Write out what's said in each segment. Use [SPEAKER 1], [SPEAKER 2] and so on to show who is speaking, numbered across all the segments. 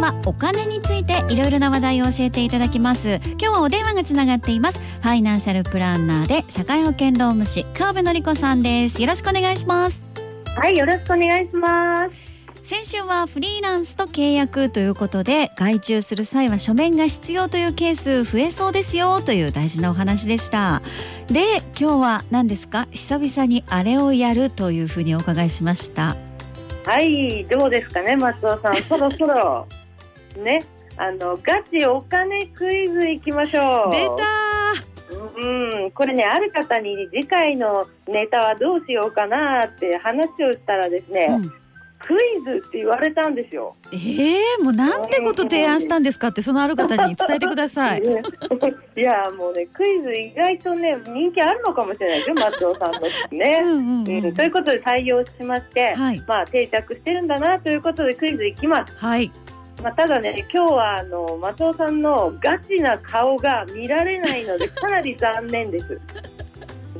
[SPEAKER 1] はお金についていろいろな話題を教えていただきます今日はお電話がつながっていますファイナンシャルプランナーで社会保険労務士川辺典子さんですよろしくお願いします
[SPEAKER 2] はい、よろしくお願いします。
[SPEAKER 1] 先週はフリーランスと契約ということで外注する際は書面が必要というケース増えそうですよという大事なお話でしたで今日は何ですか久々にあれをやるというふうにお伺いしました
[SPEAKER 2] はい、どうですかね、松尾 さん、そろそろ。ね、あの、ガチお金クイズいきましょう。
[SPEAKER 1] 出た
[SPEAKER 2] うん、これね、ある方に次回のネタはどうしようかなって話をしたらですね。
[SPEAKER 1] ー、うん
[SPEAKER 2] クイズって言われたんですよ。
[SPEAKER 1] ええもうなんてこと提案したんですかってそのある方に伝えてください。
[SPEAKER 2] いや、もうね、クイズ意外とね、人気あるのかもしれないですよ、松尾さんの
[SPEAKER 1] う
[SPEAKER 2] ね。
[SPEAKER 1] んうん
[SPEAKER 2] う、
[SPEAKER 1] うんん
[SPEAKER 2] ということで採用しまして、
[SPEAKER 1] はい
[SPEAKER 2] まあ定着してるんだなということでクイズいきます。
[SPEAKER 1] はい。
[SPEAKER 2] まあ、ただね、今日はあの松尾さんのガチな顔が見られない ので、かなり残念です。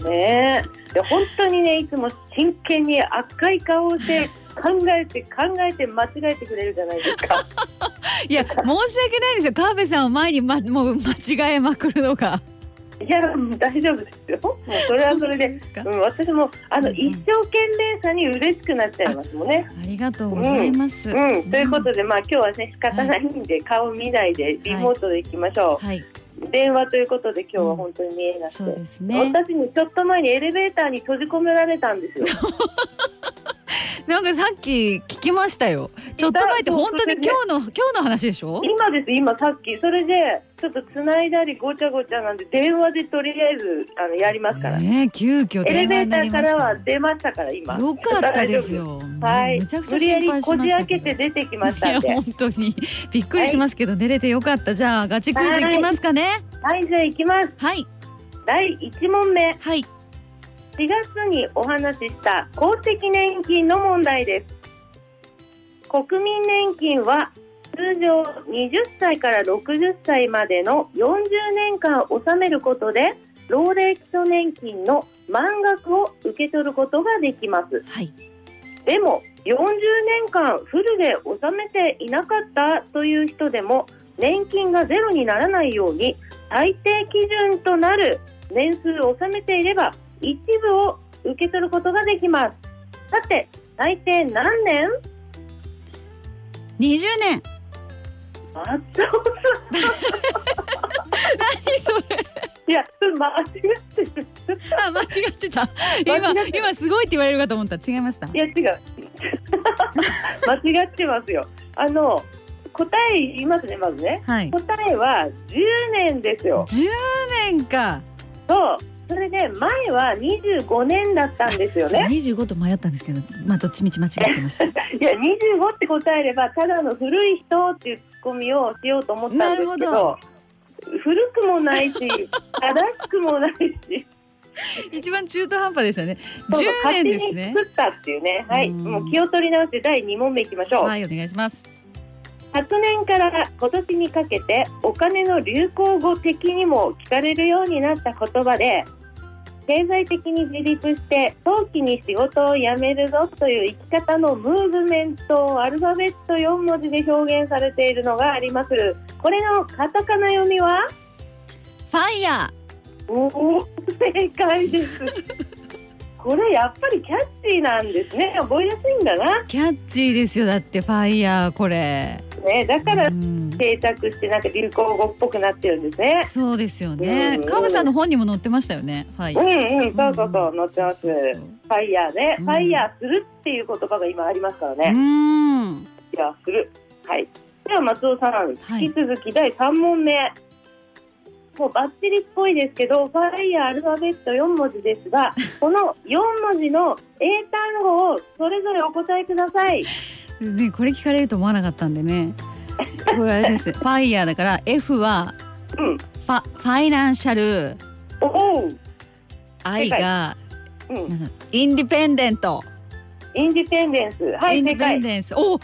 [SPEAKER 2] ねえで本当にね、いつも真剣に赤い顔をして、考えて考えて間違えてくれるじゃないですか。
[SPEAKER 1] いや申し訳ないですよ。川辺さんを前にまもう間違えまくるのが。
[SPEAKER 2] いや、大丈夫ですよ。もうそれはそれで、
[SPEAKER 1] すか
[SPEAKER 2] う。ん、私もあの
[SPEAKER 1] うんうん
[SPEAKER 2] 一生懸命さに嬉しくなっちゃいますもんね。
[SPEAKER 1] ありがとうございます。
[SPEAKER 2] うん、ということで、まあ今日はね、仕方ないんで、顔見ないでリモートで行きましょ
[SPEAKER 1] はい、
[SPEAKER 2] う。電話ということで今日は本当に見えなくて。
[SPEAKER 1] そうですね。
[SPEAKER 2] 私にちょっと前にエレベーターに閉じ込められたん ですよ。
[SPEAKER 1] なんかさっき聞きましたよ。ちょっと前って本当に今日の今日の話でしょ？
[SPEAKER 2] 今です今さっきそれでちょっと繋いだりごちゃごちゃなんで電話でとりあえずあのやりますから。
[SPEAKER 1] ねえ急遽
[SPEAKER 2] エレ
[SPEAKER 1] 電
[SPEAKER 2] ベ
[SPEAKER 1] 話にな
[SPEAKER 2] ーター
[SPEAKER 1] り
[SPEAKER 2] か
[SPEAKER 1] ま
[SPEAKER 2] ら
[SPEAKER 1] し
[SPEAKER 2] は
[SPEAKER 1] た。
[SPEAKER 2] 出ましたから今。
[SPEAKER 1] よかったですよ。
[SPEAKER 2] は
[SPEAKER 1] もう
[SPEAKER 2] い
[SPEAKER 1] めちゃく。ち
[SPEAKER 2] 無
[SPEAKER 1] ゃ
[SPEAKER 2] 理
[SPEAKER 1] 心
[SPEAKER 2] やり
[SPEAKER 1] 配し
[SPEAKER 2] こ
[SPEAKER 1] ま
[SPEAKER 2] じ
[SPEAKER 1] した
[SPEAKER 2] 開
[SPEAKER 1] け
[SPEAKER 2] け
[SPEAKER 1] ど
[SPEAKER 2] て。出てきま し
[SPEAKER 1] い
[SPEAKER 2] た
[SPEAKER 1] や
[SPEAKER 2] んで。
[SPEAKER 1] 本当にびっくりしますけど、出れてよかったじゃあガチクイズいきますかね
[SPEAKER 2] はいじゃあ行きます。
[SPEAKER 1] はい
[SPEAKER 2] 第一問目。
[SPEAKER 1] はい
[SPEAKER 2] 4月にお話しした公的年金の問題です国民年金は通常20歳から60歳までの40年間納めることで老齢基礎年金の満額を受け取ることができます
[SPEAKER 1] はい
[SPEAKER 2] でも40年間フルで納めていなかったという人でも年金がゼロにならないように最低基準となる年数を納めていれば一部を受け取ることができますさて最低何年
[SPEAKER 1] 20年
[SPEAKER 2] 松尾さん
[SPEAKER 1] 何それ
[SPEAKER 2] いや間違ってる
[SPEAKER 1] あ間違ってた
[SPEAKER 2] 間
[SPEAKER 1] 今
[SPEAKER 2] 違って
[SPEAKER 1] 今すごいって言われるかと思った違いました
[SPEAKER 2] いや違う 間違ってますよあの答え言いますねまずね
[SPEAKER 1] はい
[SPEAKER 2] 答えは10年ですよ
[SPEAKER 1] 10年か
[SPEAKER 2] そう、それで前は25年だったんです よ
[SPEAKER 1] そう
[SPEAKER 2] ね。
[SPEAKER 1] 25と迷ったんですけどまあどっちみち間違って ました
[SPEAKER 2] いや、25って答えれば、ただの古い人っていうツッコミをしようと思ったんですけ
[SPEAKER 1] なる
[SPEAKER 2] ど。
[SPEAKER 1] ほど
[SPEAKER 2] 古くもな いし、正しくもないし、
[SPEAKER 1] 一番中途半端でしたね
[SPEAKER 2] そうそう
[SPEAKER 1] 10年ですね
[SPEAKER 2] 勝手に作ったっていうね、はい、
[SPEAKER 1] うん
[SPEAKER 2] もう気を取り直して第2問目いきましょう。
[SPEAKER 1] はいお願いします
[SPEAKER 2] 昨年から今年にかけてお金の流行語的にも聞かれるようになった言葉で経済的に自立して早期に仕事を辞めるぞという生き方のムーブメントをアルファベット4文字で表現されているのがありますこれのカタカナ読みは
[SPEAKER 1] ファイヤ
[SPEAKER 2] おお正解です これやっぱりキャッチーなんですね覚えやすいんだな
[SPEAKER 1] ーキャッチーですよだってファイヤーこれ
[SPEAKER 2] ねだから
[SPEAKER 1] うん
[SPEAKER 2] 定着してなんか流行語っぽくなってるんですね
[SPEAKER 1] そうですよ
[SPEAKER 2] う
[SPEAKER 1] ね
[SPEAKER 2] ん
[SPEAKER 1] カブさんの本にも載ってましたよねファイヤ
[SPEAKER 2] う
[SPEAKER 1] ー
[SPEAKER 2] んうん、そうそうそう、載ってます。
[SPEAKER 1] そうそう
[SPEAKER 2] フ
[SPEAKER 1] そう
[SPEAKER 2] ァイヤーね、
[SPEAKER 1] うん
[SPEAKER 2] ファイヤーするっていう言葉が今ありますから
[SPEAKER 1] う
[SPEAKER 2] ね。
[SPEAKER 1] ーん
[SPEAKER 2] ファイヤーする。はい。では松尾さん、
[SPEAKER 1] はい
[SPEAKER 2] 引き続き第三問目。もうバッチリっぽいですけど、ファイヤーアルファベット四文字で すが、この四文字の英単語をそれぞれお答えください。
[SPEAKER 1] ね、これ聞かれると思わなかったんでね。これあれ です。ファイヤーだから F は
[SPEAKER 2] うん。
[SPEAKER 1] ファファイナンシャル、
[SPEAKER 2] おおう。
[SPEAKER 1] I が
[SPEAKER 2] うん。
[SPEAKER 1] なんだインディペンデント、
[SPEAKER 2] インディペンデンス。は
[SPEAKER 1] イ
[SPEAKER 2] い、
[SPEAKER 1] ンデ
[SPEAKER 2] 正
[SPEAKER 1] ィペン
[SPEAKER 2] 解。
[SPEAKER 1] デンス、お、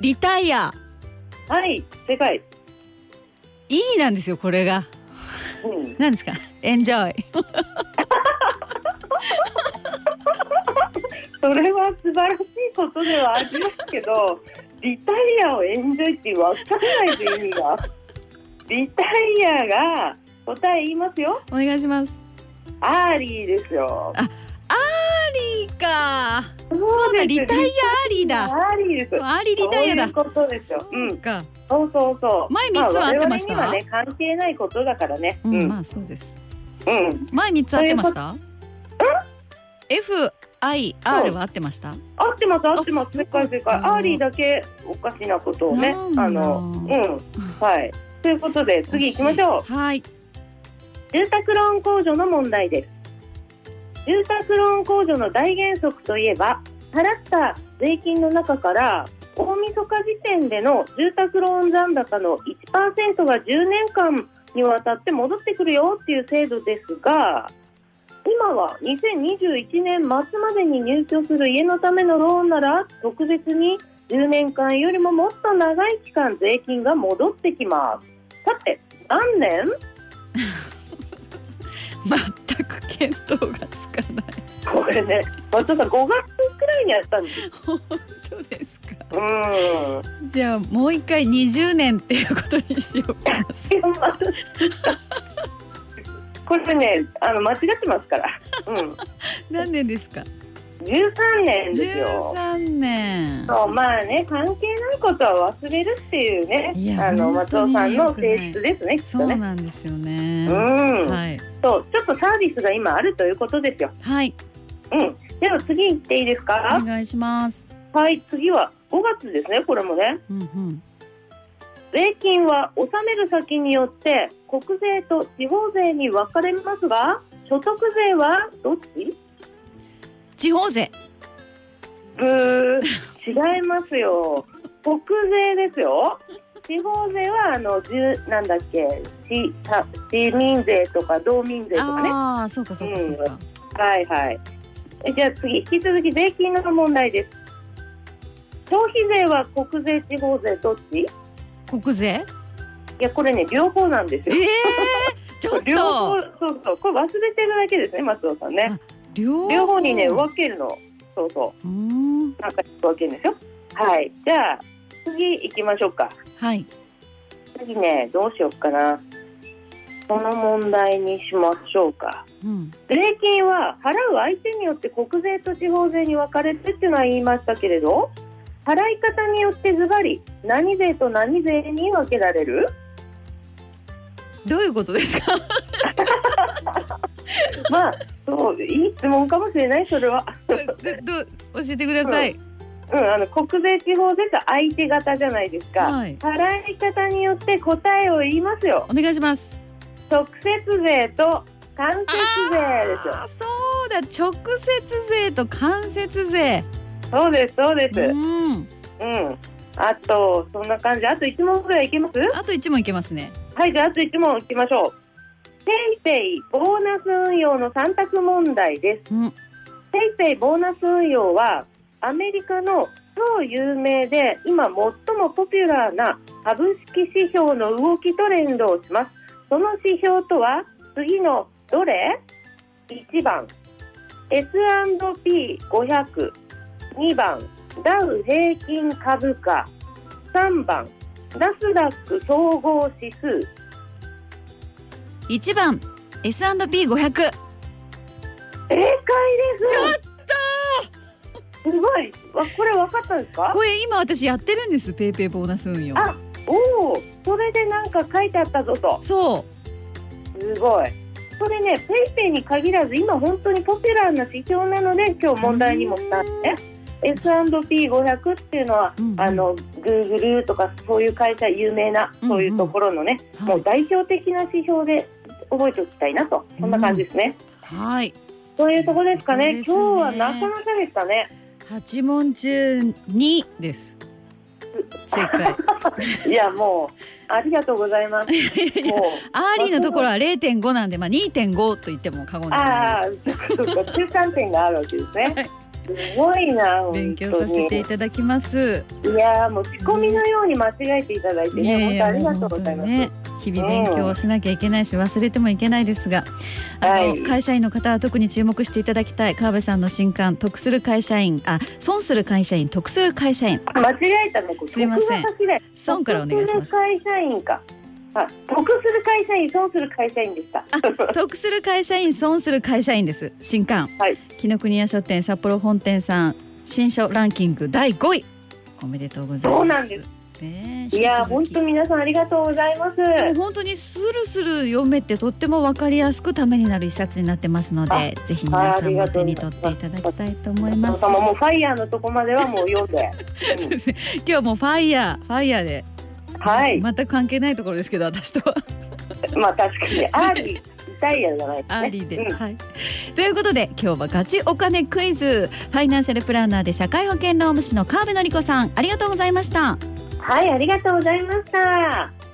[SPEAKER 1] リタイア、
[SPEAKER 2] はい、正解。
[SPEAKER 1] E なんですよこれが。
[SPEAKER 2] うん。
[SPEAKER 1] なんですか？エンジョイ。
[SPEAKER 2] それは素晴らしいことではありますけどリタイアをエンジョイってわかんないです意味がリタイアが答え言いますよ
[SPEAKER 1] お願いします
[SPEAKER 2] アーリーですよ
[SPEAKER 1] アーリーか
[SPEAKER 2] そう
[SPEAKER 1] だ
[SPEAKER 2] です
[SPEAKER 1] リタイアアーリーだ
[SPEAKER 2] アーリーです
[SPEAKER 1] そうアーリーリタイアだ
[SPEAKER 2] そういうことですよ、う、
[SPEAKER 1] そうんか
[SPEAKER 2] そうそうそう
[SPEAKER 1] 前三つは合ってました
[SPEAKER 2] あ、我々にはね関係ないことだからね
[SPEAKER 1] うん、
[SPEAKER 2] うん、
[SPEAKER 1] まあそうです
[SPEAKER 2] うん
[SPEAKER 1] 前三つ合ってました F I R は合ってました
[SPEAKER 2] 合ってます合ってます正解正解
[SPEAKER 1] よかった
[SPEAKER 2] アーリーだけおかしなことをね
[SPEAKER 1] なんだ
[SPEAKER 2] あのうんはいということで次行きましょう
[SPEAKER 1] 惜いはい
[SPEAKER 2] 住宅ローン控除の問題です住宅ローン控除の大原則といえば払った税金の中から大晦日時点での住宅ローン残高の1%が10年間にわたって戻ってくるよっていう制度ですが今は2021年末までに入居する家のためのローンなら特別に10年間よりももっと長い期間税金が戻ってきますさて何年
[SPEAKER 1] 全く見当がつかない
[SPEAKER 2] これね、松尾さん、5月くらいにやったんですよ。
[SPEAKER 1] 本当ですか
[SPEAKER 2] うーん。
[SPEAKER 1] じゃあもう一回20年っていうことにしておきます
[SPEAKER 2] これね、あの間違ってますから。うん。
[SPEAKER 1] 何年ですか
[SPEAKER 2] 13年ですよ。
[SPEAKER 1] 13年
[SPEAKER 2] そう、まあね、関係ないことは忘れるっていうね
[SPEAKER 1] い、や
[SPEAKER 2] あの
[SPEAKER 1] 本
[SPEAKER 2] 松
[SPEAKER 1] 当
[SPEAKER 2] 尾
[SPEAKER 1] に
[SPEAKER 2] さんの
[SPEAKER 1] 良くない
[SPEAKER 2] 性質ですね、きっ
[SPEAKER 1] そ
[SPEAKER 2] と
[SPEAKER 1] う
[SPEAKER 2] ね。
[SPEAKER 1] なんですよ
[SPEAKER 2] う
[SPEAKER 1] ね
[SPEAKER 2] ん、
[SPEAKER 1] はい
[SPEAKER 2] そう、ちょっとサービスが今あるということですよ。
[SPEAKER 1] はい
[SPEAKER 2] うん。では次行っていいです
[SPEAKER 1] お
[SPEAKER 2] か。
[SPEAKER 1] 願いします
[SPEAKER 2] はい、次は5月ですね、これもね。
[SPEAKER 1] うんうん
[SPEAKER 2] 税金は納める先によって国税と地方税に分かれますが所得税はどっち
[SPEAKER 1] 地方税
[SPEAKER 2] ブー違いますよ国税ですよ地方税はあの十なんだっけ市た市民税とか道民税とかね
[SPEAKER 1] ああそうかそうかそうか
[SPEAKER 2] はいはいえじゃあ次引き続き税金の問題です消費税は国税地方税どっちい
[SPEAKER 1] 国税
[SPEAKER 2] やこれね両方なんです
[SPEAKER 1] え
[SPEAKER 2] よ
[SPEAKER 1] えー、ちょっ
[SPEAKER 2] 両方
[SPEAKER 1] と
[SPEAKER 2] そうそうこれ忘れてるだけですね松尾さんね
[SPEAKER 1] 両
[SPEAKER 2] 両方にね分けるのそうそう
[SPEAKER 1] ーん
[SPEAKER 2] なんか分けるんですよはいじゃあ次行きましょうか
[SPEAKER 1] はい
[SPEAKER 2] 次ねどうしようかなこの問題にしましょうか
[SPEAKER 1] うん
[SPEAKER 2] 税金は払う相手によって国税と地方税に分かれてっていうのは言いましたけれど払い方によってズバリ何税と何税に分けられる
[SPEAKER 1] どういうことですか
[SPEAKER 2] まあそういい質問かもしれないそれは
[SPEAKER 1] どど教えてください
[SPEAKER 2] うん、あの国税地方税って相手方じゃないですか、
[SPEAKER 1] はい
[SPEAKER 2] 払い方によって答えを言いますよ
[SPEAKER 1] お願いします
[SPEAKER 2] 直接税と間接税ですよ
[SPEAKER 1] あーそうだ直接税と間接税
[SPEAKER 2] そうですそうです
[SPEAKER 1] う
[SPEAKER 2] うん
[SPEAKER 1] ん
[SPEAKER 2] あとそんな感じあと1問ぐらいいけます
[SPEAKER 1] あと一問いけますね
[SPEAKER 2] はいじゃああと1問いきましょうペイペイボーナス運用の3択問題です
[SPEAKER 1] うん
[SPEAKER 2] ペイペイボーナス運用はアメリカの超有名で今最もポピュラーな株式指標の動きと連動しますその指標とは次のどれ ?1 番 S&P5002 番ダウ平均株価3番ナスダック総合指数
[SPEAKER 1] 一番 S&P500 やっ
[SPEAKER 2] 正解です
[SPEAKER 1] た
[SPEAKER 2] すごいわこれ分かったんですか
[SPEAKER 1] ーこれ今私やってるんですペイペイボーナス運用
[SPEAKER 2] あおおそれでなんか書いてあったぞと
[SPEAKER 1] そ
[SPEAKER 2] すごいそれねペイペイに限らず今本当にポピュラーな指標なので今日問題にもしたんですね S&P500 っていうのは、
[SPEAKER 1] うんうん
[SPEAKER 2] あのグーグルとかそういう会社有名なそういうところのね、
[SPEAKER 1] う
[SPEAKER 2] も
[SPEAKER 1] は
[SPEAKER 2] う
[SPEAKER 1] い
[SPEAKER 2] 代表的な指標で覚えておきたいなとそんな感じですね、
[SPEAKER 1] はい
[SPEAKER 2] そういうとこですかね
[SPEAKER 1] ですね
[SPEAKER 2] 今日はなかなかでしたね
[SPEAKER 1] 八問中二です正 解
[SPEAKER 2] いやもうありがとうござい ますもう
[SPEAKER 1] アーリーのところは0.5なんでまあ2.5と言っても過言ではな
[SPEAKER 2] あ
[SPEAKER 1] いで
[SPEAKER 2] あ、そうか、中間点があるわけですね。すごいな、
[SPEAKER 1] す勉
[SPEAKER 2] 本
[SPEAKER 1] 強
[SPEAKER 2] 当
[SPEAKER 1] させて
[SPEAKER 2] に
[SPEAKER 1] い。ただきます
[SPEAKER 2] いやー、もう仕込みのように間違えていただいてね、
[SPEAKER 1] いやいや
[SPEAKER 2] 本当ありがとうございます。
[SPEAKER 1] もう本当にね日々勉強しなきゃいけないし忘れてもいけないですが、あの
[SPEAKER 2] はい
[SPEAKER 1] 会社員の方は特に注目していただきたい川辺さんの新刊「得する会社員」あ「損する会社員得する会 社員
[SPEAKER 2] 間違えたねこれ
[SPEAKER 1] すいません
[SPEAKER 2] 得が先だ」
[SPEAKER 1] 損からお願いします。
[SPEAKER 2] 得する会社員かあ得する会社員損する会社員でした
[SPEAKER 1] 得する会社員損する会社員です新刊、
[SPEAKER 2] はい
[SPEAKER 1] 紀ノ国屋書店札幌本店さん新書ランキング第5位おめでとうございます、
[SPEAKER 2] そうなんです
[SPEAKER 1] ねえ、
[SPEAKER 2] いや
[SPEAKER 1] 引き続き
[SPEAKER 2] 本当皆さんありがとうございます
[SPEAKER 1] でも本当にスルスル読めてとっても分かりやすくためになる一冊になってますのでぜひ皆さんも手に取っていただきたいと思いま
[SPEAKER 2] 皆
[SPEAKER 1] す。
[SPEAKER 2] 様もうファイヤーのとこまではもう読 んで
[SPEAKER 1] そうですね今日はもうファイヤーファイヤーで、
[SPEAKER 2] はい
[SPEAKER 1] 全く関係ないところですけど私とは
[SPEAKER 2] まあ確かに アーリーダイヤじゃないですね
[SPEAKER 1] アーリーで、
[SPEAKER 2] うん
[SPEAKER 1] はい。ということで今日はガチお金クイズファイナンシャルプランナーで社会保険労務士の川辺典子さんありがとうございました。
[SPEAKER 2] はいありがとうございました